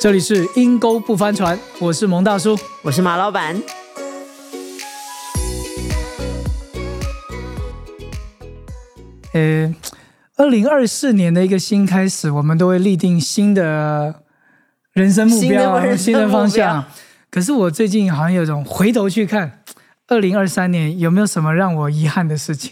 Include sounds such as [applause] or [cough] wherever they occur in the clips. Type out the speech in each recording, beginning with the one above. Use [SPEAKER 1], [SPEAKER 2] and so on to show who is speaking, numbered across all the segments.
[SPEAKER 1] 这里是阴沟不翻船，我是蒙大叔。
[SPEAKER 2] 我是马老板。
[SPEAKER 1] [laughs] 呃，二零二四年的一个新开始，我们都会立定新的人生目标、啊
[SPEAKER 2] 新的人生
[SPEAKER 1] 方
[SPEAKER 2] 目
[SPEAKER 1] 向。啊可是我最近好像有种回头去看二零二三年有没有什么让我遗憾的事情？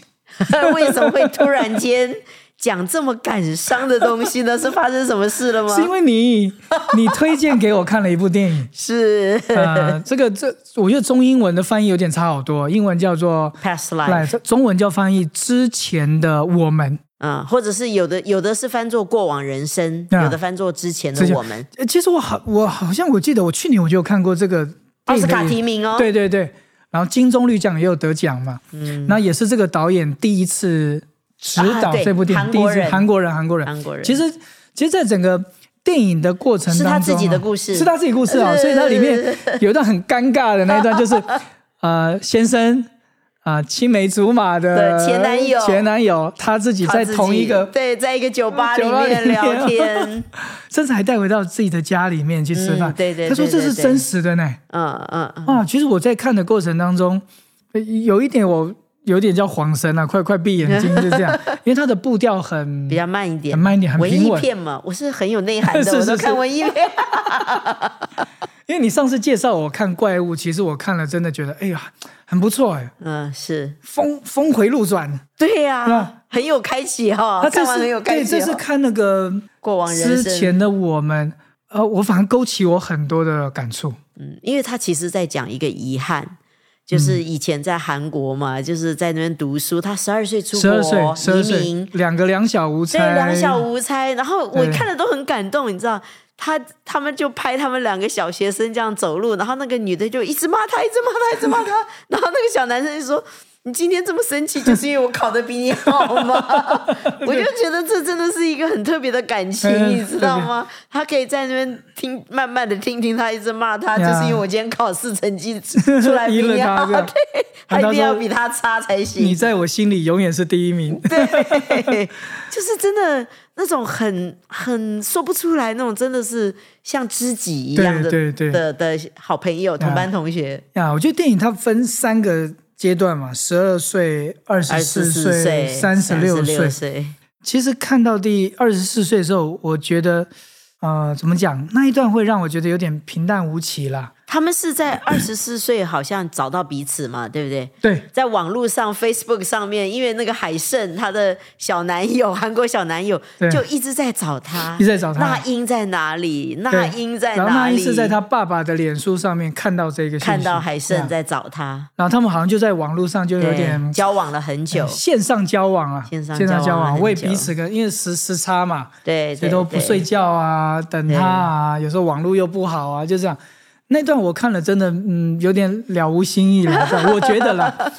[SPEAKER 2] 为什么会突然间讲这么感伤的东西呢？是发生什么事了吗？
[SPEAKER 1] 是因为你，你推荐给我看了一部电
[SPEAKER 2] [laughs]
[SPEAKER 1] 影，
[SPEAKER 2] 是
[SPEAKER 1] 呃，这个这我觉得中英文的翻译有点差好多，英文叫做哎
[SPEAKER 2] past life，
[SPEAKER 1] 中文叫翻译之前的我们。
[SPEAKER 2] 嗯，或者是有的有的是翻作过往人生，
[SPEAKER 1] 啊
[SPEAKER 2] 有的翻作之前
[SPEAKER 1] 之前
[SPEAKER 2] 的我们，
[SPEAKER 1] 呃其实我好，我好像我记得我去年我就有看过这个
[SPEAKER 2] 奥
[SPEAKER 1] 电
[SPEAKER 2] 斯
[SPEAKER 1] 影的
[SPEAKER 2] 卡
[SPEAKER 1] 影
[SPEAKER 2] 提名哦。
[SPEAKER 1] 对对对，然后金棕榈奖也有得奖嘛，
[SPEAKER 2] 嗯，
[SPEAKER 1] 那也是这个导演第一次指导
[SPEAKER 2] 啊对
[SPEAKER 1] 这部电影，
[SPEAKER 2] 韩
[SPEAKER 1] 第一
[SPEAKER 2] 国
[SPEAKER 1] 次
[SPEAKER 2] 人
[SPEAKER 1] 韩国人，韩国人。
[SPEAKER 2] 韩国人
[SPEAKER 1] 其实，其实，在整个电影的过程
[SPEAKER 2] 是
[SPEAKER 1] 当中啊，
[SPEAKER 2] 他自己的故事
[SPEAKER 1] 是他自己故事啊、
[SPEAKER 2] 是
[SPEAKER 1] 所以它里面有一段很尴尬的那一段，
[SPEAKER 2] [laughs]
[SPEAKER 1] 就是呃，先生啊、青梅竹马的
[SPEAKER 2] 对前男友
[SPEAKER 1] 前男友，他自己
[SPEAKER 2] 他
[SPEAKER 1] 在
[SPEAKER 2] 自己
[SPEAKER 1] 同一个，
[SPEAKER 2] 对，在一个酒吧里
[SPEAKER 1] 酒吧里
[SPEAKER 2] 面
[SPEAKER 1] 面
[SPEAKER 2] 聊天，
[SPEAKER 1] 甚至还带回到自己的家里面去吃饭。
[SPEAKER 2] 嗯对对对
[SPEAKER 1] 他说这是
[SPEAKER 2] 对对
[SPEAKER 1] 真实的呢。
[SPEAKER 2] [laughs] 嗯嗯嗯，
[SPEAKER 1] 啊，其实我在看的过程当中，呃有一点我有点叫恍神啊，快快闭眼睛，就这
[SPEAKER 2] [laughs]
[SPEAKER 1] 样，因为它的步调很
[SPEAKER 2] 比较慢一点
[SPEAKER 1] 很，慢一点，很
[SPEAKER 2] 文
[SPEAKER 1] 平
[SPEAKER 2] 艺
[SPEAKER 1] 稳。
[SPEAKER 2] 片嘛，我是很有内涵
[SPEAKER 1] 是
[SPEAKER 2] 的，
[SPEAKER 1] 是
[SPEAKER 2] 我都
[SPEAKER 1] 是
[SPEAKER 2] 看文艺片。
[SPEAKER 1] [laughs] 因为你上次介绍我看怪物，其实我看了真的觉得，哎呀，很不错哎，
[SPEAKER 2] 嗯，是
[SPEAKER 1] 峰峰回路转。
[SPEAKER 2] 对
[SPEAKER 1] 啊
[SPEAKER 2] 呀，很有开启哈，
[SPEAKER 1] 啊，这
[SPEAKER 2] 哦看完很有
[SPEAKER 1] 是
[SPEAKER 2] 开
[SPEAKER 1] 对，
[SPEAKER 2] 启
[SPEAKER 1] 这是
[SPEAKER 2] 哦。
[SPEAKER 1] 看那个
[SPEAKER 2] 过往人
[SPEAKER 1] 之
[SPEAKER 2] 生，
[SPEAKER 1] 前的我们，呃，我反而勾起我很多的感触。
[SPEAKER 2] 嗯，因为他其实在讲一个遗憾。
[SPEAKER 1] 嗯
[SPEAKER 2] 就是以前在韩国嘛，就是在那边读书，他十二岁出
[SPEAKER 1] 十二岁，
[SPEAKER 2] 国
[SPEAKER 1] 十二
[SPEAKER 2] 移
[SPEAKER 1] 岁
[SPEAKER 2] 民，，
[SPEAKER 1] 两个两小无
[SPEAKER 2] 对，
[SPEAKER 1] 猜，
[SPEAKER 2] 两
[SPEAKER 1] [laughs]
[SPEAKER 2] 小无猜。然后我
[SPEAKER 1] 对
[SPEAKER 2] 看了都很感动，你知道，他他们就拍他们两个小学生这样走路，然后那个女的就一直骂他，一直骂他，一直骂他， [laughs] 然后那个小男生就说。你今天这么生气，就是因为我考得比你好
[SPEAKER 1] [laughs]
[SPEAKER 2] 吗？我就觉得这真的是一个很特别的感情，
[SPEAKER 1] 嗯
[SPEAKER 2] 你知道
[SPEAKER 1] [laughs]
[SPEAKER 2] 吗？他可以在那边听，慢慢的听听他一直骂他，就
[SPEAKER 1] 呀
[SPEAKER 2] 是因为我今天考试成绩出
[SPEAKER 1] [laughs]
[SPEAKER 2] 来比
[SPEAKER 1] 赢了
[SPEAKER 2] 你
[SPEAKER 1] 他
[SPEAKER 2] 好，
[SPEAKER 1] 这样
[SPEAKER 2] [laughs] 对，他
[SPEAKER 1] 然后他
[SPEAKER 2] 一定要
[SPEAKER 1] 说
[SPEAKER 2] 比他差才行。
[SPEAKER 1] 你在我心里永远是第一名。
[SPEAKER 2] 对， [laughs] 就是真的那种很很说不出来那种，真的是像知己一样的
[SPEAKER 1] 对对对
[SPEAKER 2] 的的好朋友、同班同学。
[SPEAKER 1] [laughs] 呀，我觉得电影它分三个阶段嘛，十二岁、二十
[SPEAKER 2] 二十
[SPEAKER 1] 四
[SPEAKER 2] 四
[SPEAKER 1] 岁、
[SPEAKER 2] 岁、
[SPEAKER 1] 三十六
[SPEAKER 2] 六
[SPEAKER 1] 岁。
[SPEAKER 2] 岁，
[SPEAKER 1] 其实看到第二十四岁的时候，我觉得，呃，怎么讲，那一段会让我觉得有点平淡无奇啦。
[SPEAKER 2] 他们是在二十四岁好像找到彼此嘛，对不对？
[SPEAKER 1] 对，
[SPEAKER 2] 在网络上、Facebook 上面，因为那个海胜她的小男
[SPEAKER 1] [laughs]
[SPEAKER 2] 友，韩国小男友
[SPEAKER 1] 对
[SPEAKER 2] 就一直在找她，
[SPEAKER 1] 一直在找她
[SPEAKER 2] 那英在哪里？那
[SPEAKER 1] 对
[SPEAKER 2] 英在
[SPEAKER 1] 然后那
[SPEAKER 2] 哪
[SPEAKER 1] 一
[SPEAKER 2] 里？
[SPEAKER 1] 次在他爸爸的脸书上面看到这个信息，
[SPEAKER 2] 看到海胜
[SPEAKER 1] 对啊，
[SPEAKER 2] 在找她，
[SPEAKER 1] 然后他们好像就在网络上就有
[SPEAKER 2] 对
[SPEAKER 1] 点
[SPEAKER 2] 交往了很久，
[SPEAKER 1] 线上交往啊，
[SPEAKER 2] 线上
[SPEAKER 1] 交
[SPEAKER 2] 交往了
[SPEAKER 1] 往，
[SPEAKER 2] 很
[SPEAKER 1] 为
[SPEAKER 2] 久
[SPEAKER 1] 彼此跟因为时时差嘛，
[SPEAKER 2] 对，
[SPEAKER 1] 所以
[SPEAKER 2] 对
[SPEAKER 1] 都不
[SPEAKER 2] 对
[SPEAKER 1] 睡觉啊，等他啊，有时候网络又不好啊，就这样。那段我看了，真的，嗯，有点了无新
[SPEAKER 2] [laughs]
[SPEAKER 1] 意了，我觉得啦。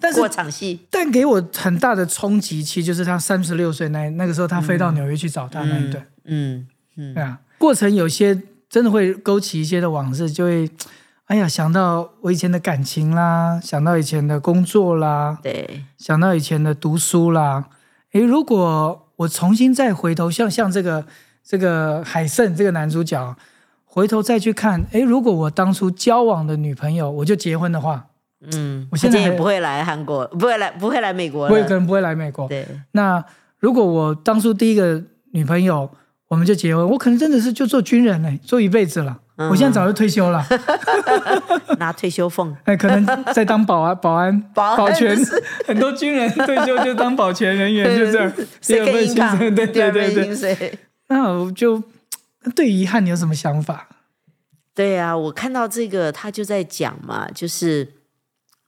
[SPEAKER 1] 但是
[SPEAKER 2] 过，场戏，
[SPEAKER 1] 但给我很大的冲击，其实就是他三十六岁那那个时候，他飞到纽约去找他那一段，
[SPEAKER 2] 嗯嗯，
[SPEAKER 1] 对啊，过程有些真的会勾起一些的往事，就会，哎呀，想到我以前的感情啦，想到以前的工作啦，
[SPEAKER 2] 对，
[SPEAKER 1] 想到以前的读书啦，诶，如果我重新再回头，像像这个这个海胜这个男主角，回头再去看，诶，如果我当初交往的女朋友我就结婚的话，
[SPEAKER 2] 嗯，
[SPEAKER 1] 我
[SPEAKER 2] 他
[SPEAKER 1] 现
[SPEAKER 2] 今
[SPEAKER 1] 在
[SPEAKER 2] 天也
[SPEAKER 1] 还
[SPEAKER 2] 不会来韩国，不会来，不会来美国
[SPEAKER 1] 我也可
[SPEAKER 2] 了，
[SPEAKER 1] 能不会来美国。
[SPEAKER 2] 对，
[SPEAKER 1] 那如果我当初第一个女朋友我们就结婚，我可能真的是就做军人呢、做一辈子了。
[SPEAKER 2] 嗯
[SPEAKER 1] 我现在早就退休
[SPEAKER 2] [laughs]
[SPEAKER 1] 了，
[SPEAKER 2] 拿退休俸，
[SPEAKER 1] 哎，可能在当
[SPEAKER 2] [laughs]
[SPEAKER 1] 保安、保安、
[SPEAKER 2] 保安
[SPEAKER 1] 全
[SPEAKER 2] 是，
[SPEAKER 1] [laughs] 很多军人退休就当保全人员，就这样，第
[SPEAKER 2] 谁
[SPEAKER 1] 二
[SPEAKER 2] 更
[SPEAKER 1] 份
[SPEAKER 2] 硬
[SPEAKER 1] 薪
[SPEAKER 2] 抗
[SPEAKER 1] 水，对
[SPEAKER 2] 第
[SPEAKER 1] 对
[SPEAKER 2] 二
[SPEAKER 1] 对
[SPEAKER 2] 份
[SPEAKER 1] 对
[SPEAKER 2] 薪，水。
[SPEAKER 1] [laughs] 那我就对于遗憾，你有什么想法？
[SPEAKER 2] 对啊，我看到这个，他就在讲嘛，就是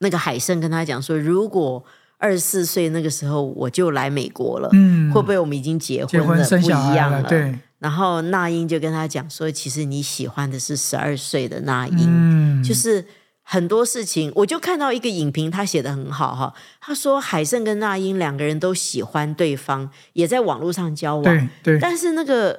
[SPEAKER 2] 那个海胜跟他讲说，如果二十四岁那个时候我就来美国了，
[SPEAKER 1] 嗯，
[SPEAKER 2] 会不会我们已经结
[SPEAKER 1] 结
[SPEAKER 2] [laughs] 婚
[SPEAKER 1] 婚
[SPEAKER 2] 了，
[SPEAKER 1] 生
[SPEAKER 2] 不
[SPEAKER 1] 小
[SPEAKER 2] 一
[SPEAKER 1] 孩
[SPEAKER 2] 样啊
[SPEAKER 1] 了？
[SPEAKER 2] 了？。
[SPEAKER 1] 对，
[SPEAKER 2] 然后那英就跟他讲说，其实你喜欢的是十二岁的那英，
[SPEAKER 1] 嗯，
[SPEAKER 2] 就是很多事情，我就看到一个影评，他写的很好哈。他说海胜跟那英两个人都喜欢对方，也在网络上交往，
[SPEAKER 1] 对对
[SPEAKER 2] 但是那个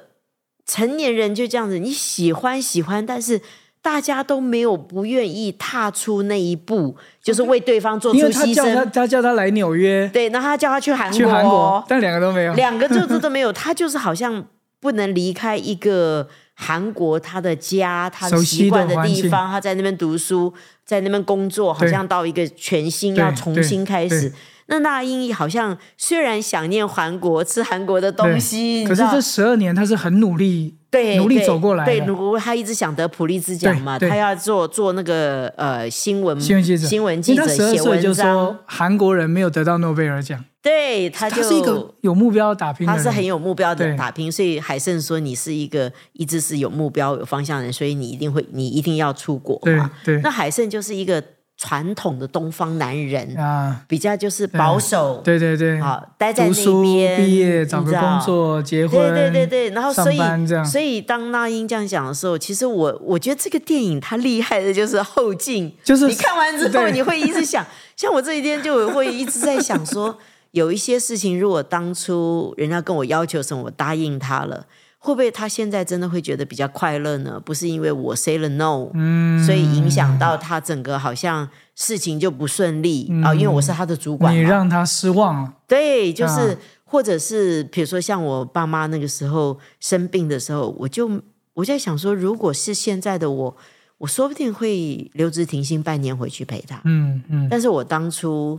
[SPEAKER 2] 成年人就这样子，你喜欢喜欢，但是大家都没有不愿意踏出那一步，就是为对方做
[SPEAKER 1] 哦
[SPEAKER 2] 出
[SPEAKER 1] 因为他
[SPEAKER 2] 牺
[SPEAKER 1] 叫他
[SPEAKER 2] 牲。
[SPEAKER 1] 他叫他来纽约，
[SPEAKER 2] 对，那他叫他去韩国，
[SPEAKER 1] 去韩国，但两个都没有。
[SPEAKER 2] 两个就是都没有，他就是好像不能离开一个韩国他的家、他
[SPEAKER 1] 熟悉的
[SPEAKER 2] 习惯的
[SPEAKER 1] 环
[SPEAKER 2] 地
[SPEAKER 1] 境
[SPEAKER 2] 方，他在那边读书，在那边工作，好
[SPEAKER 1] 对
[SPEAKER 2] 像到一个全新
[SPEAKER 1] 对
[SPEAKER 2] 要重新开
[SPEAKER 1] 对
[SPEAKER 2] 始。那那英好像虽然想念韩国，吃韩国的东西，你
[SPEAKER 1] 可
[SPEAKER 2] 知
[SPEAKER 1] 是
[SPEAKER 2] 道
[SPEAKER 1] 这十二年他是很努力，
[SPEAKER 2] 对
[SPEAKER 1] 努力
[SPEAKER 2] 对
[SPEAKER 1] 走过来的
[SPEAKER 2] 对，如他一直想得普利兹奖嘛，
[SPEAKER 1] 对对
[SPEAKER 2] 他要做做那个呃新闻
[SPEAKER 1] 新闻记者，
[SPEAKER 2] 新闻记
[SPEAKER 1] 因
[SPEAKER 2] 者
[SPEAKER 1] 为他十二
[SPEAKER 2] 写
[SPEAKER 1] 岁就
[SPEAKER 2] 文章，
[SPEAKER 1] 说韩国人没有得到诺贝尔奖，
[SPEAKER 2] 对，他
[SPEAKER 1] 他
[SPEAKER 2] 就是
[SPEAKER 1] 一个有目标打拼的
[SPEAKER 2] 他
[SPEAKER 1] 人，
[SPEAKER 2] 是很有目标
[SPEAKER 1] 对
[SPEAKER 2] 的打拼，所以海胜说你是一个一直是有目标、有方向的人，所以你一定会，你一定要出国
[SPEAKER 1] 对
[SPEAKER 2] 嘛。
[SPEAKER 1] 对
[SPEAKER 2] 那海胜就是一个传统的东方男人，
[SPEAKER 1] 啊，
[SPEAKER 2] 比较就是保守，
[SPEAKER 1] 对对对，
[SPEAKER 2] 好待在
[SPEAKER 1] 读
[SPEAKER 2] 那
[SPEAKER 1] 书
[SPEAKER 2] 边
[SPEAKER 1] 毕业找个工。
[SPEAKER 2] 你知道
[SPEAKER 1] 作结婚，
[SPEAKER 2] 对对对对，然后所以
[SPEAKER 1] 上班这样
[SPEAKER 2] 所以当那英这样讲的时候，其实我我觉得这个电影它厉害的就是后劲，
[SPEAKER 1] 就是
[SPEAKER 2] 你看完之后
[SPEAKER 1] 对
[SPEAKER 2] 你会一直想， [laughs] 像我这几天就会一直在
[SPEAKER 1] [laughs]
[SPEAKER 2] 想说，有一些事情如果当初人家跟我要求什么，我答应他了，会不会他现在真的会觉得比较快乐呢？不是因为我 say 了 no，嗯，所以影响到他整个好像事情就不顺利啊、因为我是他的主管嘛，
[SPEAKER 1] 你让他失望了，
[SPEAKER 2] 对，就是、
[SPEAKER 1] 啊
[SPEAKER 2] 或者是比如说像我爸妈那个时候生病的时候，我就我在想说，如果是现在的我，我说不定会留职停薪半年回去陪他。
[SPEAKER 1] 嗯嗯，
[SPEAKER 2] 但是我当初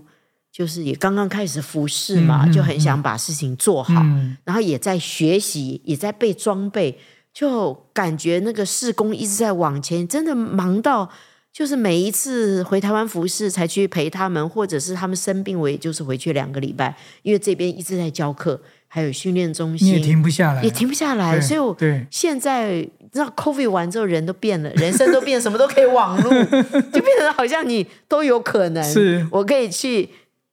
[SPEAKER 2] 就是也刚刚开始服侍嘛，
[SPEAKER 1] 嗯嗯
[SPEAKER 2] 就很想把事情做好，
[SPEAKER 1] 嗯
[SPEAKER 2] 然后也在学习，也在被装备，就感觉那个事工一直在往前，真的忙到就是每一次回台湾服侍才去陪他们，或者是他们生病，我也就是回去两个礼拜，因为这边一直在教课，还有训练中
[SPEAKER 1] 你也
[SPEAKER 2] 心，
[SPEAKER 1] 停不下来，
[SPEAKER 2] 也停不下来，
[SPEAKER 1] 对
[SPEAKER 2] 哎所以我
[SPEAKER 1] 对
[SPEAKER 2] 现在你知道 COVID 完之后人都变了，人生都变，什么都可以网路，
[SPEAKER 1] [laughs]
[SPEAKER 2] 就变成好像你都有可能。
[SPEAKER 1] 是
[SPEAKER 2] 我可以去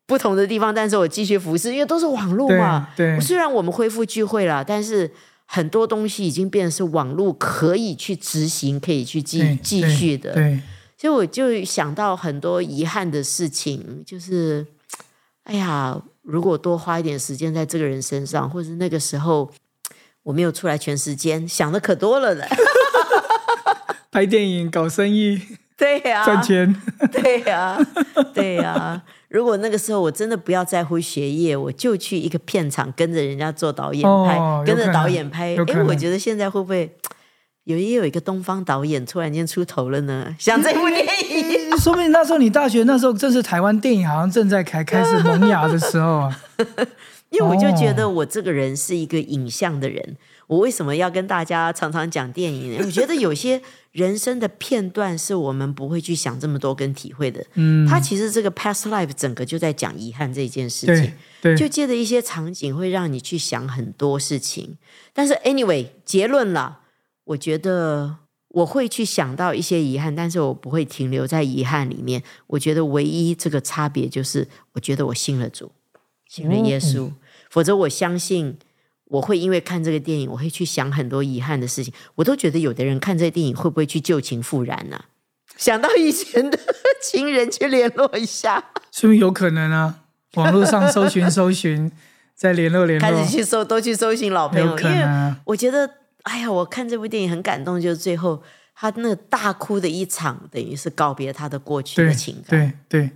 [SPEAKER 2] 不同的地方，但是我继续服侍，因为都是网路嘛。
[SPEAKER 1] 对对
[SPEAKER 2] 虽然我们恢复聚会了，但是很多东西已经变成是网路可以去执行，可以去继
[SPEAKER 1] 对
[SPEAKER 2] 继续的。
[SPEAKER 1] 对
[SPEAKER 2] 所以我就想到很多遗憾的事情，就是，哎呀，如果多花一点时间在这个人身上，或者那个时候我没有出来全时间，想的可多了呢。 [laughs]
[SPEAKER 1] 拍电影、搞生意、
[SPEAKER 2] 对呀、
[SPEAKER 1] 赚
[SPEAKER 2] [laughs]
[SPEAKER 1] 钱，
[SPEAKER 2] 对呀、对呀、如果那个时候我真的不要在乎学业，我就去一个片场跟着人家做导演
[SPEAKER 1] 哦
[SPEAKER 2] 拍，
[SPEAKER 1] 有
[SPEAKER 2] 跟
[SPEAKER 1] 可
[SPEAKER 2] 着
[SPEAKER 1] 能
[SPEAKER 2] 导演拍。
[SPEAKER 1] 有可
[SPEAKER 2] 哎，我
[SPEAKER 1] 能
[SPEAKER 2] 觉得现在会不会有也有一个东方导演突然间出头了呢？ [laughs] 像这部电影。
[SPEAKER 1] [laughs] 说不定那时候你大学那时候正是台湾电影好像正在开开始萌芽的时候
[SPEAKER 2] [laughs]
[SPEAKER 1] 啊，
[SPEAKER 2] 因为我就觉得我这个人是一个影像的人，我为什么要跟大家常常讲电影呢？我觉得有些人生的片段是我们不会去想这么多跟体会的。嗯，他其实这个 past life 整个就在讲遗憾这件事情
[SPEAKER 1] 对。对，
[SPEAKER 2] 就借着一些场景会让你去想很多事情。但是 anyway，结论啦，我觉得我会去想到一些遗憾，但是我不会停留在遗憾里面。我觉得唯一这个差别就是，我觉得我信了主，信了耶稣，
[SPEAKER 1] 哦嗯
[SPEAKER 2] 否则我相信。我会因为看这个电影，我会去想很多遗憾的事情。我都觉得有的人看这个电影会不会去旧情复燃呢、啊想到以前的情人去联络一下，
[SPEAKER 1] 说明有可能啊，网络上搜寻搜寻，再联络联
[SPEAKER 2] 开始
[SPEAKER 1] 络，
[SPEAKER 2] 去搜，都去搜寻老朋
[SPEAKER 1] 有
[SPEAKER 2] 友，
[SPEAKER 1] 可
[SPEAKER 2] 因为
[SPEAKER 1] 能啊，
[SPEAKER 2] 我觉得，哎呀，我看这部电影很感动，就是最后他那个大哭的一场，等于是告别他的过去
[SPEAKER 1] 对
[SPEAKER 2] 的情感，
[SPEAKER 1] 对对，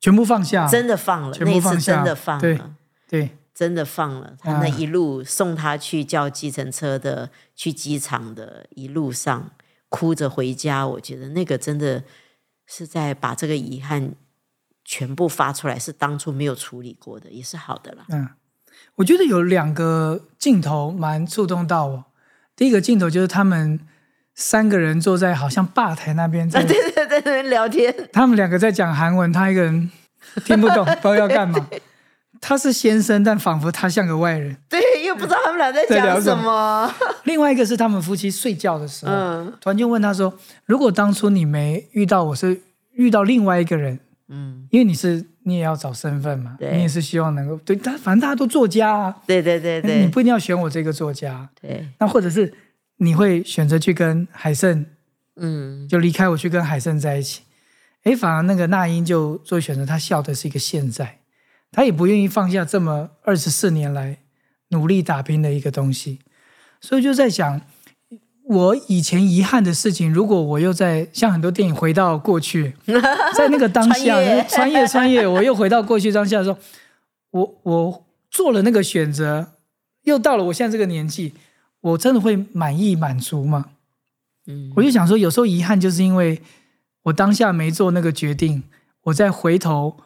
[SPEAKER 1] 全部放下，
[SPEAKER 2] 真的放了，
[SPEAKER 1] 全
[SPEAKER 2] 那
[SPEAKER 1] 部
[SPEAKER 2] 一
[SPEAKER 1] 放
[SPEAKER 2] 次
[SPEAKER 1] 下
[SPEAKER 2] 真的放
[SPEAKER 1] 对
[SPEAKER 2] 了，
[SPEAKER 1] 对
[SPEAKER 2] 真的放了。他那一路送他去叫计程车的，去机场的一路上哭着回家，我觉得那个真的是在把这个遗憾全部发出来，是当初没有处理过的，也是好的啦。
[SPEAKER 1] 嗯，我觉得有两个镜头蛮触动到我。第一个镜头就是他们三个人坐在好像吧台那边在，
[SPEAKER 2] [laughs] 对对对对，聊天，
[SPEAKER 1] 他们两个在讲韩文，他一个
[SPEAKER 2] [laughs]
[SPEAKER 1] 人听不懂，不知道要干嘛。他是先生，但仿佛他像个外人。
[SPEAKER 2] 对，又不知道他们俩在
[SPEAKER 1] 在聊什
[SPEAKER 2] 讲什
[SPEAKER 1] 么
[SPEAKER 2] 么，
[SPEAKER 1] 另外一个是他们夫妻睡觉的时候，
[SPEAKER 2] 嗯。
[SPEAKER 1] 突然就问他说：“如果当初你没遇到我是遇到另外一个人，
[SPEAKER 2] 嗯
[SPEAKER 1] 因为你是你也要找身份嘛，
[SPEAKER 2] 对
[SPEAKER 1] 你也是希望能够对他，反正大家都作家啊，，
[SPEAKER 2] 对对对
[SPEAKER 1] 你
[SPEAKER 2] 对
[SPEAKER 1] 不一定要选我这个作家，啊
[SPEAKER 2] 对，
[SPEAKER 1] 那或者是你会选择去跟海胜
[SPEAKER 2] 嗯，
[SPEAKER 1] 就离开我去跟海胜在一起，诶，反而那个那英就做选择，她笑的是一个现在，她也不愿意放下这么二十四年来努力打拼的一个东西，所以就在想，我以前遗憾的事情，如果我又在像很多电影回到过去，
[SPEAKER 2] [laughs]
[SPEAKER 1] 在那个当下
[SPEAKER 2] 穿越
[SPEAKER 1] [laughs] 穿越穿越，我又回到过去当下的时候，我我做了那个选择，又到了我现在这个年纪，我真的会满意满足吗？
[SPEAKER 2] 嗯
[SPEAKER 1] 我就想说，有时候遗憾就是因为我当下没做那个决定，我再回头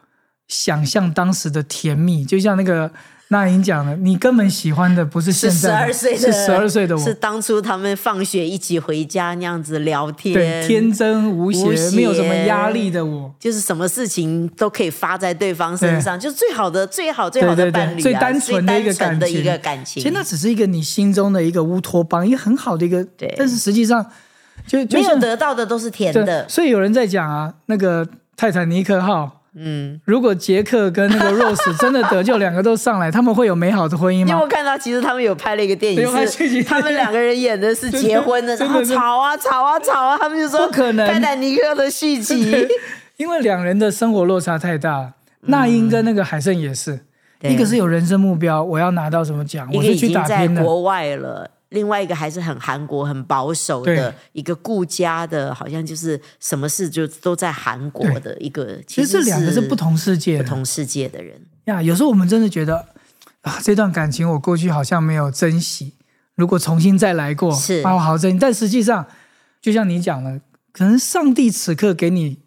[SPEAKER 1] 想象当时的甜蜜，就像那个那英讲的，你根本喜欢的不是现
[SPEAKER 2] 是十
[SPEAKER 1] 在
[SPEAKER 2] 二
[SPEAKER 1] 的，
[SPEAKER 2] 岁的，
[SPEAKER 1] 是十二岁的我
[SPEAKER 2] 是，当初他们放学一起回家那样子聊天，
[SPEAKER 1] 对，天真无邪
[SPEAKER 2] 无邪
[SPEAKER 1] 没有什么压力的我，
[SPEAKER 2] 就是什么事情都可以发在对方身上，就是最好的、最好、最好的
[SPEAKER 1] 对对对
[SPEAKER 2] 伴侣、啊，
[SPEAKER 1] 最单纯的一个
[SPEAKER 2] 最单纯
[SPEAKER 1] 感
[SPEAKER 2] 的
[SPEAKER 1] 情
[SPEAKER 2] 一个感情。
[SPEAKER 1] 其实那只是一个你心中的一个乌托邦，一个很好的一个，
[SPEAKER 2] 对
[SPEAKER 1] 但是实际上就就
[SPEAKER 2] 没有
[SPEAKER 1] 像
[SPEAKER 2] 得到的都是甜
[SPEAKER 1] 对，
[SPEAKER 2] 的，
[SPEAKER 1] 所以有人在讲啊，那个泰坦尼克号。
[SPEAKER 2] 嗯。
[SPEAKER 1] 如果杰克跟那个 Rose [laughs] 真的得救，两个都上来，他们会有美好的婚姻
[SPEAKER 2] 因为
[SPEAKER 1] 吗
[SPEAKER 2] 我？看到，其实他们有拍了一个电
[SPEAKER 1] 对我拍
[SPEAKER 2] 影，
[SPEAKER 1] 这集
[SPEAKER 2] 是他们两个人演的是结婚
[SPEAKER 1] [laughs]
[SPEAKER 2] 的，
[SPEAKER 1] 真
[SPEAKER 2] 然
[SPEAKER 1] 的
[SPEAKER 2] 后
[SPEAKER 1] 真的
[SPEAKER 2] 吵啊吵啊吵啊，他们就说
[SPEAKER 1] 不可能
[SPEAKER 2] 泰坦尼克的续
[SPEAKER 1] [laughs]
[SPEAKER 2] [laughs] 集，
[SPEAKER 1] 因为两人的生活落差太大了。那英跟那个海胜也是，
[SPEAKER 2] 对
[SPEAKER 1] 一个是有人生目标，我要拿到什么奖，
[SPEAKER 2] 一
[SPEAKER 1] 我
[SPEAKER 2] 个
[SPEAKER 1] 是
[SPEAKER 2] 嗯已
[SPEAKER 1] 去
[SPEAKER 2] 经
[SPEAKER 1] 打
[SPEAKER 2] 在
[SPEAKER 1] 拼的。
[SPEAKER 2] 国外了，另外一个还是很韩国、很保守
[SPEAKER 1] 对
[SPEAKER 2] 的一个顾家的，好像就是什么事就都在韩国的一个。
[SPEAKER 1] 其实这两个是不同世界
[SPEAKER 2] 不
[SPEAKER 1] 的
[SPEAKER 2] 同世界的人。
[SPEAKER 1] 呀。有时候我们真的觉得啊，这段感情我过去好像没有珍惜，如果重新再来过，
[SPEAKER 2] 是
[SPEAKER 1] 啊，我好好珍惜。但实际上，就像你讲的，可能上帝此刻给你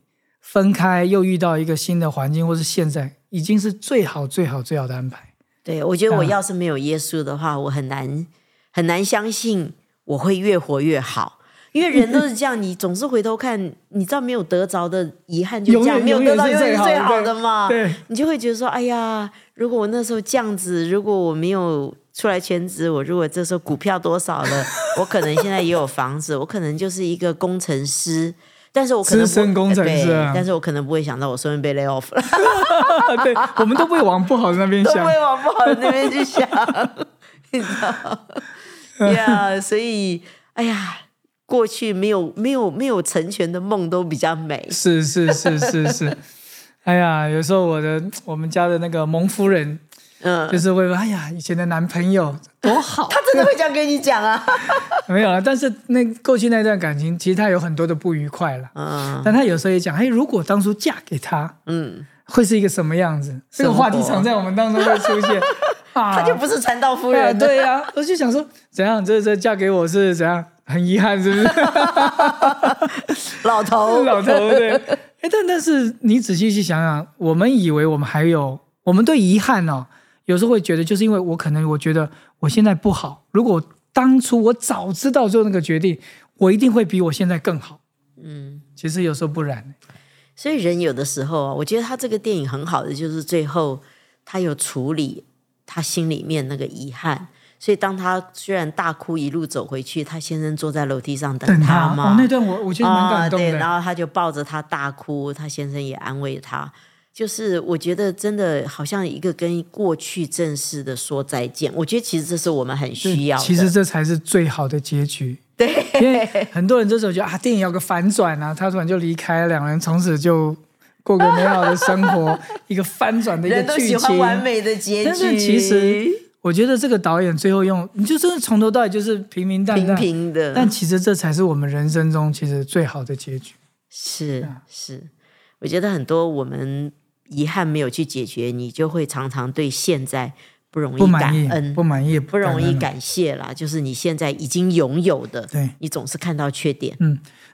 [SPEAKER 1] 分开，又遇到一个新的环境，或是现在已经是最好、最好、最好的安排。
[SPEAKER 2] 对，我觉得
[SPEAKER 1] 啊
[SPEAKER 2] 我要是没有耶稣的话，我很难很难相信我会越活越好。因为人都是这样，你总是回头看，你知道没有得着的遗憾就
[SPEAKER 1] 永
[SPEAKER 2] 这样，
[SPEAKER 1] 远
[SPEAKER 2] 没有得到
[SPEAKER 1] 永
[SPEAKER 2] 永
[SPEAKER 1] 远是
[SPEAKER 2] 远是
[SPEAKER 1] 最
[SPEAKER 2] 最
[SPEAKER 1] 好的
[SPEAKER 2] 好的嘛。
[SPEAKER 1] 对，
[SPEAKER 2] 你就会觉得说，哎呀，如果我那时候这样子，如果我没有出来全职，我如果这时候股票多少了，我可能现在也有房子，我可能就是一个工程师，但是我可能不
[SPEAKER 1] 资深工程师啊
[SPEAKER 2] 对但是我可能不会想到我顺便被 lay off 了，
[SPEAKER 1] 对，我们都不会往不好的那边
[SPEAKER 2] 都 [laughs]
[SPEAKER 1] 想
[SPEAKER 2] 不。会往不好的那边去想，你知
[SPEAKER 1] [laughs]
[SPEAKER 2] 道？Yeah，所以，哎呀。过去没有没有没有成全的梦都比较美，
[SPEAKER 1] 是是是是是，哎呀，有时候我的我们家的那个蒙夫人
[SPEAKER 2] 嗯，
[SPEAKER 1] 就是会说，哎呀，以前的男朋友多好，
[SPEAKER 2] 他真的会这样跟你讲 [laughs] 啊，
[SPEAKER 1] 没有了。但是那过去那段感情，其实他有很多的不愉快了。
[SPEAKER 2] 嗯
[SPEAKER 1] 但他有时候也讲，哎，如果当初嫁给他，
[SPEAKER 2] 嗯，
[SPEAKER 1] 会是一个什么样子？这个话题常在我们当中会出现啊，
[SPEAKER 2] 他就不是传道夫
[SPEAKER 1] 对啊，
[SPEAKER 2] 人，
[SPEAKER 1] 对呀、我就想说，怎样，这这嫁给我是怎样，很遗憾，是不是？
[SPEAKER 2] 老头，
[SPEAKER 1] 老头
[SPEAKER 2] [laughs]
[SPEAKER 1] 对。哎，但但是你仔细去想想，我们以为我们还有，我们对遗憾哦，有时候会觉得，就是因为我可能我觉得我现在不好，如果当初我早知道做那个决定，我一定会比我现在更好。
[SPEAKER 2] 嗯，
[SPEAKER 1] 其实有时候不然，
[SPEAKER 2] 所以人有的时候啊，我觉得他这个电影很好的就是最后他有处理他心里面那个遗憾，所以当他虽然大哭一路走回去，他先生坐在楼梯上
[SPEAKER 1] 等他
[SPEAKER 2] 他
[SPEAKER 1] 哦
[SPEAKER 2] 嘛，，
[SPEAKER 1] 那段我我觉得蛮感动
[SPEAKER 2] 对，
[SPEAKER 1] 的。
[SPEAKER 2] 然后他就抱着他大哭，他先生也安慰他。就是我觉得真的好像一个跟过去正式的说再见，我觉得其实这是我们很
[SPEAKER 1] 对
[SPEAKER 2] 需要的。
[SPEAKER 1] 其实这才是最好的结局。对，因为很多人这时候觉得啊，电影有个反转啊，他突然就离开，两人从此就过个美好的生
[SPEAKER 2] [laughs]
[SPEAKER 1] 活，一个翻转的一个
[SPEAKER 2] 人都
[SPEAKER 1] 剧
[SPEAKER 2] 喜欢
[SPEAKER 1] 情。
[SPEAKER 2] 完美的结局，
[SPEAKER 1] 但是其实我觉得这个导演最后用，你就真的从头到尾就是平平淡
[SPEAKER 2] 平
[SPEAKER 1] 淡，
[SPEAKER 2] 平的，
[SPEAKER 1] 但其实这才是我们人生中其实最好的结局。
[SPEAKER 2] 是
[SPEAKER 1] 嗯
[SPEAKER 2] 是，我觉得很多我们遗憾没有去解决，你就会常常对现在不容
[SPEAKER 1] 不
[SPEAKER 2] 易
[SPEAKER 1] 满
[SPEAKER 2] 感
[SPEAKER 1] 意，
[SPEAKER 2] 恩，
[SPEAKER 1] 不满意，
[SPEAKER 2] 不容易
[SPEAKER 1] 感恩。
[SPEAKER 2] 感谢啦。就是你现在已经拥有的，
[SPEAKER 1] 对
[SPEAKER 2] 你总是看到缺点。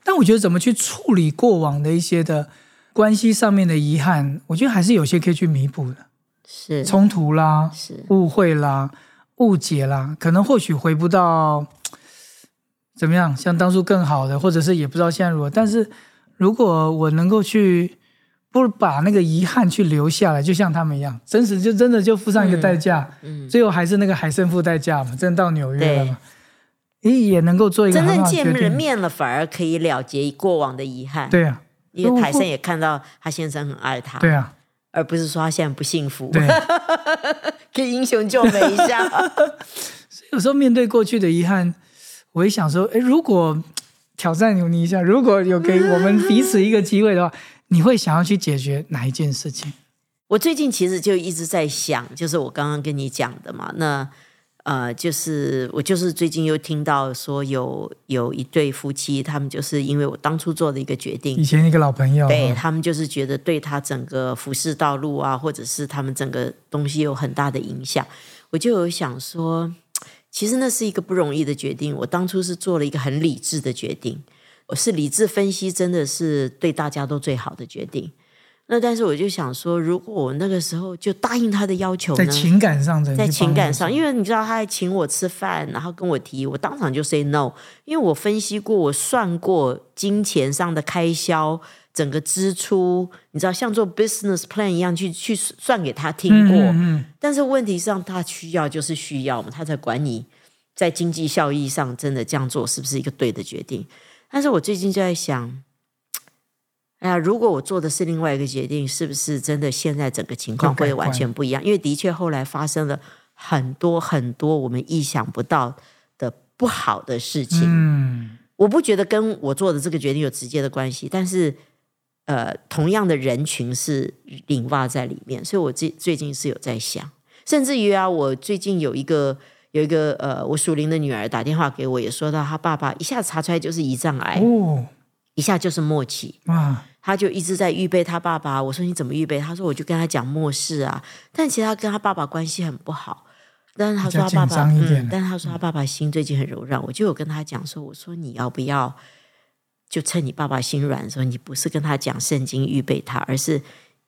[SPEAKER 1] 但我觉得怎么去处理过往的一些的关系上面的遗憾，我觉得还是有些可以去弥补的，
[SPEAKER 2] 是
[SPEAKER 1] 冲突啦、
[SPEAKER 2] 是，
[SPEAKER 1] 误会啦、误解啦，可能或许回不到怎么样，像当初更好的，或者是也不知道现在如何。但是如果我能够去不把那个遗憾去留下来，就像他们一样，真实就真的就付上一个代价，
[SPEAKER 2] 嗯，
[SPEAKER 1] 最后还是那个海胜付代价嘛，真的到纽约了
[SPEAKER 2] 对
[SPEAKER 1] 嘛，也也能够做一个
[SPEAKER 2] 真
[SPEAKER 1] 很
[SPEAKER 2] 正
[SPEAKER 1] 好的
[SPEAKER 2] 见
[SPEAKER 1] 决
[SPEAKER 2] 了
[SPEAKER 1] 定。
[SPEAKER 2] 面了，反而可以了结过往的遗憾。
[SPEAKER 1] 对啊，
[SPEAKER 2] 因为
[SPEAKER 1] 我
[SPEAKER 2] 台
[SPEAKER 1] 会
[SPEAKER 2] 生也看到他先生很爱他，
[SPEAKER 1] 对啊，
[SPEAKER 2] 而不是说他现在不幸福，
[SPEAKER 1] 对。
[SPEAKER 2] [laughs]
[SPEAKER 1] 啊
[SPEAKER 2] 给英雄救美
[SPEAKER 1] [laughs]
[SPEAKER 2] 一下。
[SPEAKER 1] 有时候面对过去的遗憾，我也想说，诶，如果挑战你一下，如果有给我们彼此一个机会的
[SPEAKER 2] [laughs]
[SPEAKER 1] 话，你会想要去解决哪一件事情？
[SPEAKER 2] 我最近其实就一直在想，就是我刚刚跟你讲的嘛，那呃，就是我就是最近又听到说有有一对夫妻，他们就是因为我当初做的一个决定
[SPEAKER 1] 以，前一个老朋友，哦
[SPEAKER 2] 对他们就是觉得对他整个服饰道路啊，或者是他们整个东西有很大的影响。我就有想说，其实那是一个不容易的决定。我当初是做了一个很理智的决定，我是理智分析，真的是对大家都最好的决定。那但是我就想说，如果我那个时候就答应他的要求呢
[SPEAKER 1] 在？情感上的，
[SPEAKER 2] 在情感上，因
[SPEAKER 1] 为
[SPEAKER 2] 为你知道，他还请我吃饭，然后跟我提，我当场就 say no，因为我分析过，我算过金钱上的开销，整个支出，你知道，像做 business plan 一样去去算给他听过。
[SPEAKER 1] 嗯嗯
[SPEAKER 2] 但是问题上，他需要就是需要嘛，他才管你在经济效益上真的这样做是不是一个对的决定。但是我最近就在想，哎呀，如果我做的是另外一个决定，是不是真的现在整个情况
[SPEAKER 1] 有改
[SPEAKER 2] 会
[SPEAKER 1] 观
[SPEAKER 2] 完全不一样？因为的确后来发生了很多很多我们意想不到的不好的事情。
[SPEAKER 1] 嗯，
[SPEAKER 2] 我不觉得跟我做的这个决定有直接的关系，但是呃，同样的人群是领袜在里面，所以我最最近是有在想，甚至于啊，我最近有一个有一个呃，我属灵的女儿打电话给我，也说到她爸爸一下查出来就是胰脏癌，
[SPEAKER 1] 哦
[SPEAKER 2] 一下就是末期，
[SPEAKER 1] 哇，
[SPEAKER 2] 他就一直在预备他爸爸。我说你怎么预备？他说我就跟他讲末世啊，但其实他跟他爸爸关系很不好。但是他说
[SPEAKER 1] 比较
[SPEAKER 2] 他爸
[SPEAKER 1] 紧
[SPEAKER 2] 爸，
[SPEAKER 1] 张一点
[SPEAKER 2] 嗯，但是他说他爸爸心最近很柔软，我就有跟他讲说，我说你要不要就趁你爸爸心软的时候，你不是跟他讲圣经预备他，而是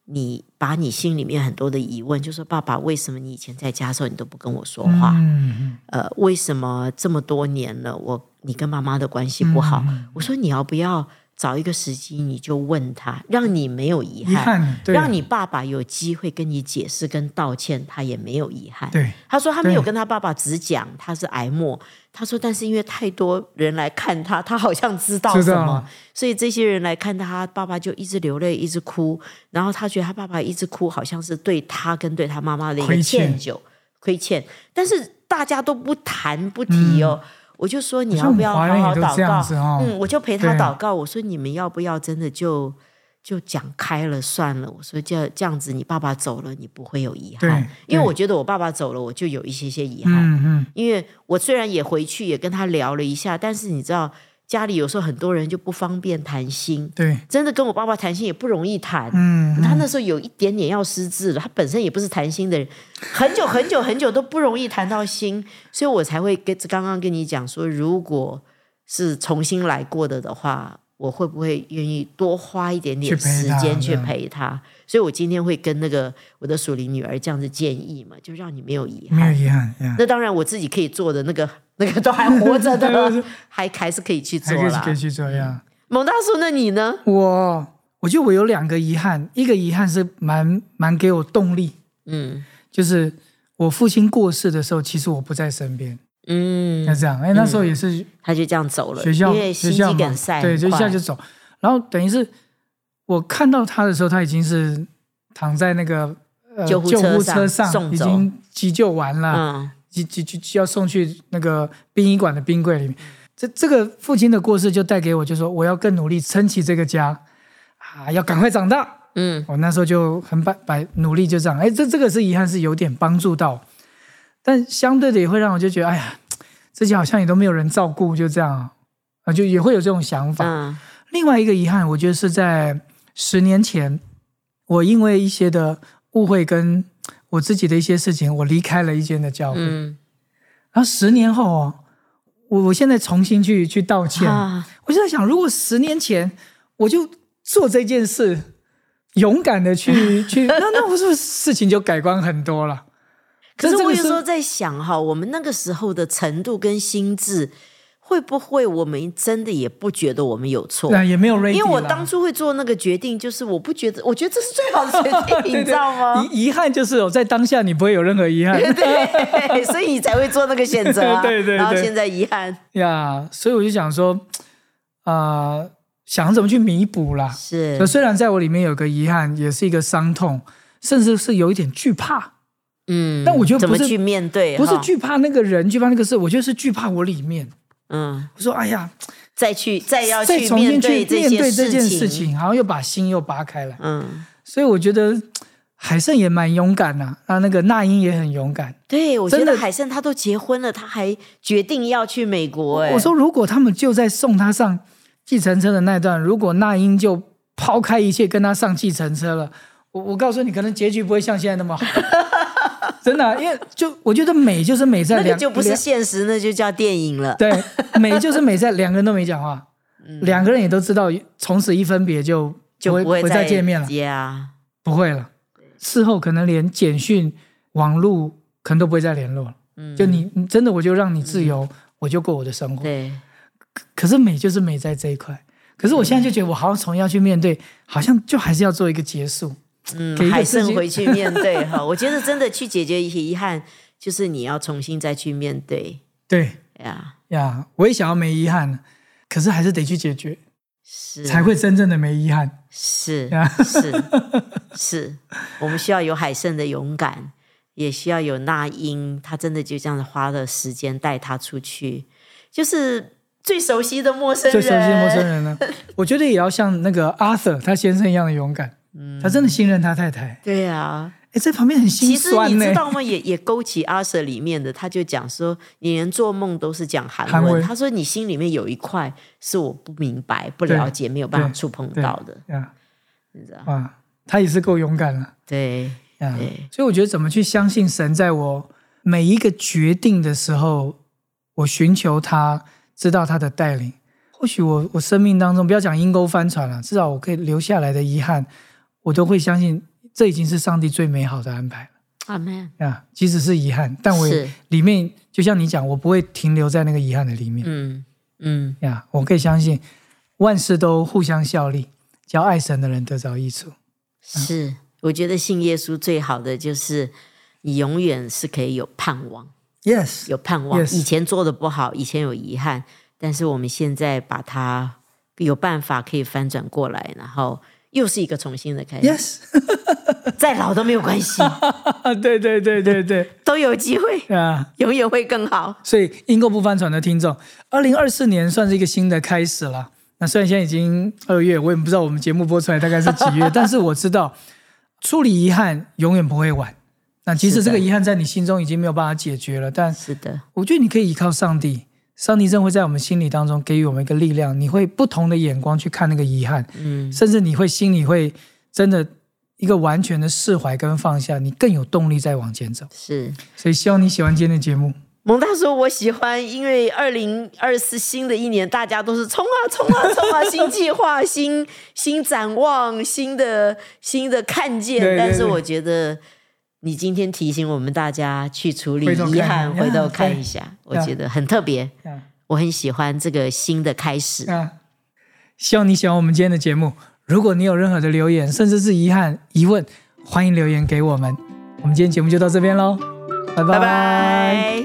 [SPEAKER 2] 你把你心里面很多的疑问，就说爸爸，为什么你以前在家的时候你都不跟我说话？
[SPEAKER 1] 嗯，
[SPEAKER 2] 呃，为什么这么多年了，我你跟妈妈的关系不
[SPEAKER 1] 嗯
[SPEAKER 2] 好？我说你要不要找一个时机，你就问他，让你没有遗
[SPEAKER 1] 遗
[SPEAKER 2] 憾，
[SPEAKER 1] 憾，对，
[SPEAKER 2] 让你爸爸有机会跟你解释跟道歉，他也没有遗憾。
[SPEAKER 1] 对，
[SPEAKER 2] 他说他没有
[SPEAKER 1] 对
[SPEAKER 2] 跟他爸爸只讲他是癌末，他说但是因为太多人来看他，他好像知道
[SPEAKER 1] 知
[SPEAKER 2] 什
[SPEAKER 1] 道
[SPEAKER 2] 么
[SPEAKER 1] 了，
[SPEAKER 2] 所以这些人来看他，他爸爸就一直流泪，一直哭，然后他觉得他爸爸一直哭，好像是对他跟对他妈妈的一个
[SPEAKER 1] 亏欠
[SPEAKER 2] 歉疚、亏欠，但是大家都不谈不提哦。我就说你
[SPEAKER 1] 嗯好像
[SPEAKER 2] 要不要
[SPEAKER 1] 华
[SPEAKER 2] 好
[SPEAKER 1] 人
[SPEAKER 2] 好
[SPEAKER 1] 也都
[SPEAKER 2] 祷
[SPEAKER 1] 这样
[SPEAKER 2] 告？
[SPEAKER 1] 子哦
[SPEAKER 2] 嗯，我就陪他
[SPEAKER 1] 对
[SPEAKER 2] 祷告。我说你们要不要真的就就讲开了算了？我说这这样子，你爸爸走了，你不会有遗憾
[SPEAKER 1] 对，
[SPEAKER 2] 因为
[SPEAKER 1] 对
[SPEAKER 2] 我觉得我爸爸走了，我就有一些些遗憾。
[SPEAKER 1] 嗯嗯，
[SPEAKER 2] 因为我虽然也回去也跟他聊了一下，但是你知道家里有时候很多人就不方便谈心，
[SPEAKER 1] 对，
[SPEAKER 2] 真的跟我爸爸谈心也不容易谈。
[SPEAKER 1] 嗯，
[SPEAKER 2] 他那时候有一点点要失智了，他本身也不是谈心的人，很久很久很久都不容易谈到心，所以我才会跟刚刚跟你讲说，如果是重新来过的的话，我会不会愿意多花一点点
[SPEAKER 1] 去陪
[SPEAKER 2] 时
[SPEAKER 1] 他
[SPEAKER 2] 间去
[SPEAKER 1] 嗯
[SPEAKER 2] 陪他？所以我今天会跟那个我的属灵女儿这样子建议嘛，就让你没有遗
[SPEAKER 1] 没有
[SPEAKER 2] 憾。
[SPEAKER 1] 遗憾，呀
[SPEAKER 2] 那当然，我自己可以做的那个 [laughs] 那个都还活
[SPEAKER 1] [laughs]
[SPEAKER 2] 着
[SPEAKER 1] 对
[SPEAKER 2] 的，还还是可以去
[SPEAKER 1] 还
[SPEAKER 2] 做
[SPEAKER 1] 可以
[SPEAKER 2] 啦
[SPEAKER 1] 可以。去做呀。
[SPEAKER 2] 蒙大叔，那你呢？
[SPEAKER 1] 我我觉得我有两个遗憾，一个遗憾是蛮蛮给我动力，
[SPEAKER 2] 嗯
[SPEAKER 1] 就是我父亲过世的时候，其实我不在身边，
[SPEAKER 2] 嗯
[SPEAKER 1] 那，这样，哎，那时候也是
[SPEAKER 2] 他就这样走了，
[SPEAKER 1] 学校
[SPEAKER 2] 因为
[SPEAKER 1] 学
[SPEAKER 2] 心
[SPEAKER 1] 校
[SPEAKER 2] 肌
[SPEAKER 1] 嘛
[SPEAKER 2] 梗塞，
[SPEAKER 1] 对，就一
[SPEAKER 2] 很
[SPEAKER 1] 下
[SPEAKER 2] 快
[SPEAKER 1] 就走。然后等于是我看到他的时候，他已经是躺在那个呃
[SPEAKER 2] 救护车上
[SPEAKER 1] 车上，
[SPEAKER 2] 送
[SPEAKER 1] 已
[SPEAKER 2] 走
[SPEAKER 1] 经急救完了，
[SPEAKER 2] 嗯
[SPEAKER 1] 急急急急要送去那个殡仪馆的冰柜里面。这这个父亲的过世就带给我，就说我要更努力撑起这个家啊，要赶快长大。
[SPEAKER 2] 嗯
[SPEAKER 1] 哦我那时候就很百百努力就这样，哎，这这个是遗憾，是有点帮助到，但相对的也会让我就觉得，哎呀，自己好像也都没有人照顾，就这样啊啊，就也会有这种想法。
[SPEAKER 2] 嗯
[SPEAKER 1] 另外一个遗憾，我觉得是在十年前，我因为一些的误会跟我自己的一些事情，我离开了一间的教会，
[SPEAKER 2] 嗯
[SPEAKER 1] 然后十年后哦，我我现在重新去去道歉，
[SPEAKER 2] 啊，
[SPEAKER 1] 我就在想，如果十年前我就做这件事，勇敢的
[SPEAKER 2] [laughs]
[SPEAKER 1] 去去，那那我是不是事情就改观很多了？
[SPEAKER 2] 可是
[SPEAKER 1] 这
[SPEAKER 2] 我
[SPEAKER 1] 个
[SPEAKER 2] 有时候在想哈，我们那个时候的程度跟心智，会不会我们真的也不觉得我们有错？
[SPEAKER 1] 那也没有 ready
[SPEAKER 2] 哦因为我
[SPEAKER 1] 啦
[SPEAKER 2] 当初会做那个决定，就是我不觉得，我觉得这是最好
[SPEAKER 1] [laughs]
[SPEAKER 2] 的决定，你知道吗？
[SPEAKER 1] 遗遗憾就是哦，在当下你不会有任何遗憾
[SPEAKER 2] 啊对，所以你才会做那个选择、
[SPEAKER 1] [laughs]
[SPEAKER 2] 啊。
[SPEAKER 1] 对对对
[SPEAKER 2] 然后现在遗憾
[SPEAKER 1] 呀，所以我就想说，啊，想怎么去弥补啦。
[SPEAKER 2] 是
[SPEAKER 1] 所以，虽然在我里面有个遗憾，也是一个伤痛，甚至是有一点惧怕，
[SPEAKER 2] 嗯，
[SPEAKER 1] 但我觉得
[SPEAKER 2] 怎
[SPEAKER 1] 不
[SPEAKER 2] 么
[SPEAKER 1] 是
[SPEAKER 2] 去面对哈，
[SPEAKER 1] 不是惧怕那个人，惧怕那个事，我就是惧怕我里面。
[SPEAKER 2] 嗯，
[SPEAKER 1] 我说，哎呀，
[SPEAKER 2] 再去再要
[SPEAKER 1] 再
[SPEAKER 2] 去
[SPEAKER 1] 重新
[SPEAKER 2] 面
[SPEAKER 1] 去
[SPEAKER 2] 对
[SPEAKER 1] 面
[SPEAKER 2] 这些
[SPEAKER 1] 对这件
[SPEAKER 2] 事
[SPEAKER 1] 事，情，好像又把心又扒开来。
[SPEAKER 2] 嗯。
[SPEAKER 1] 所以我觉得海胜也蛮勇敢呐、啊，那个那英也很勇敢。
[SPEAKER 2] 对，我
[SPEAKER 1] 真
[SPEAKER 2] 觉得
[SPEAKER 1] 的
[SPEAKER 2] 海胜他都结婚了，他还决定要去美国、哎，
[SPEAKER 1] 我说，如果他们就在送他上计程车的那段，如果那英就抛开一切跟他上计程车了，我我告诉你，可能结局不会像现在那么好。 [laughs] 真的啊、因为就我觉得美就是美在
[SPEAKER 2] 那个
[SPEAKER 1] 两
[SPEAKER 2] 就不是
[SPEAKER 1] 两
[SPEAKER 2] 现实，那就叫电影了。
[SPEAKER 1] 对美就是美在两个人都没讲话，两个人也都知道从此一分别就
[SPEAKER 2] 嗯就
[SPEAKER 1] 不
[SPEAKER 2] 不会
[SPEAKER 1] 会再见面了，
[SPEAKER 2] 呀，
[SPEAKER 1] 不会了。事后可能连简讯、网络可能都不会再联络了。
[SPEAKER 2] 嗯，
[SPEAKER 1] 就你你真的我就让你自由，我就过我的生活。
[SPEAKER 2] 对，
[SPEAKER 1] 可是美就是美在这一块。可是我现在就觉得，我好像从要去面对，好像就还是要做一个结束。给一
[SPEAKER 2] 嗯，
[SPEAKER 1] 个
[SPEAKER 2] 海
[SPEAKER 1] 自
[SPEAKER 2] 胜
[SPEAKER 1] 己
[SPEAKER 2] 回去
[SPEAKER 1] [laughs]
[SPEAKER 2] 面对哈。我觉得真的去解决一些遗憾，就是你要重新再去面对
[SPEAKER 1] 对
[SPEAKER 2] 呀，
[SPEAKER 1] 呀，我也想要没遗憾，可是还是得去解决，
[SPEAKER 2] 是
[SPEAKER 1] 才会真正的没遗憾。
[SPEAKER 2] 是
[SPEAKER 1] 呀
[SPEAKER 2] 是是，我们需要有海胜的勇敢，也需要有那英，他真的就这样子花了时间带他出去，就是最熟悉的陌生
[SPEAKER 1] 最
[SPEAKER 2] 人，
[SPEAKER 1] 熟悉的陌生人
[SPEAKER 2] [laughs]
[SPEAKER 1] 呢，我觉得也要像那个阿 r 他先生一样的勇敢。
[SPEAKER 2] 嗯
[SPEAKER 1] 他真的信任他太太。
[SPEAKER 2] 对啊，
[SPEAKER 1] 哎，在旁边很心
[SPEAKER 2] 其实
[SPEAKER 1] 酸
[SPEAKER 2] 你
[SPEAKER 1] 呢
[SPEAKER 2] 知。道吗？也也勾起阿 Sir 里面的，他就讲说，你连做梦都是讲韩文。
[SPEAKER 1] 韩文
[SPEAKER 2] 他说你心里面有一块是我不明白、不了解、没有办法触碰到的，
[SPEAKER 1] 呀，
[SPEAKER 2] 你知道？
[SPEAKER 1] 哇，他也是够勇敢了。
[SPEAKER 2] 对
[SPEAKER 1] 呀
[SPEAKER 2] 对，
[SPEAKER 1] 啊所以我觉得怎么去相信神，在我每一个决定的时候，我寻求他，知道他的带领。或许我我生命当中，不要讲阴沟翻船了，至少我可以留下来的遗憾，我都会相信这已经是上帝最美好的安排
[SPEAKER 2] 阿门。
[SPEAKER 1] 了啊！即使是遗憾，但我也
[SPEAKER 2] 是
[SPEAKER 1] 里面就像你讲，我不会停留在那个遗憾的里面
[SPEAKER 2] 嗯嗯，
[SPEAKER 1] 呀。我可以相信万事都互相效力，叫爱神的人得着益处。
[SPEAKER 2] 是。我觉得信耶稣最好的就是你永远是可以有盼望。
[SPEAKER 1] Yes，
[SPEAKER 2] 有盼望。
[SPEAKER 1] Yes
[SPEAKER 2] 以前做的不好，以前有遗憾，但是我们现在把它有办法可以翻转过来，然后又是一个重新的开始。
[SPEAKER 1] Yes，
[SPEAKER 2] 再老都没有
[SPEAKER 1] [laughs]
[SPEAKER 2] 关系，
[SPEAKER 1] [laughs] 对对对对对
[SPEAKER 2] 都有机会，
[SPEAKER 1] 啊。
[SPEAKER 2] 永远会更好。
[SPEAKER 1] 所以英国不翻船的听众，二零二四年算是一个新的开始了。那虽然现在已经二月，我也不知道我们节目播出来大概是几
[SPEAKER 2] [laughs]
[SPEAKER 1] 月，但是我知道处理遗憾永远不会晚。那即使
[SPEAKER 2] 是
[SPEAKER 1] 这
[SPEAKER 2] 的
[SPEAKER 1] 个遗憾在你心中已经没有办法解决了，但
[SPEAKER 2] 是的，
[SPEAKER 1] 我觉得你可以依靠上帝，上帝真会在我们心里当中给予我们一个力量，你会不同的眼光去看那个遗憾，
[SPEAKER 2] 嗯，
[SPEAKER 1] 甚至你会心里会真的一个完全的释怀跟放下，你更有动力再往前走。
[SPEAKER 2] 是。
[SPEAKER 1] 所以希望你喜欢今天的节目。
[SPEAKER 2] 蒙大说：“我喜欢，因为二零二四新的一年，大家都是冲啊冲啊冲啊，新计
[SPEAKER 1] [laughs]
[SPEAKER 2] 划、新新展望、新的新的看见。
[SPEAKER 1] 对对
[SPEAKER 2] 但是
[SPEAKER 1] 对
[SPEAKER 2] 我觉得，你今天提醒我们大家去处理
[SPEAKER 1] 回头看
[SPEAKER 2] 遗憾，
[SPEAKER 1] 呀
[SPEAKER 2] 回头看
[SPEAKER 1] 对
[SPEAKER 2] 一下，我觉得很特别。
[SPEAKER 1] 嗯
[SPEAKER 2] 我很喜欢这个新的开始。
[SPEAKER 1] 啊，希望你喜欢我们今天的节目。如果你有任何的留言，甚至是遗憾、疑问，欢迎留言给我们。我们今天节目就到这边喽，拜
[SPEAKER 2] 拜拜。”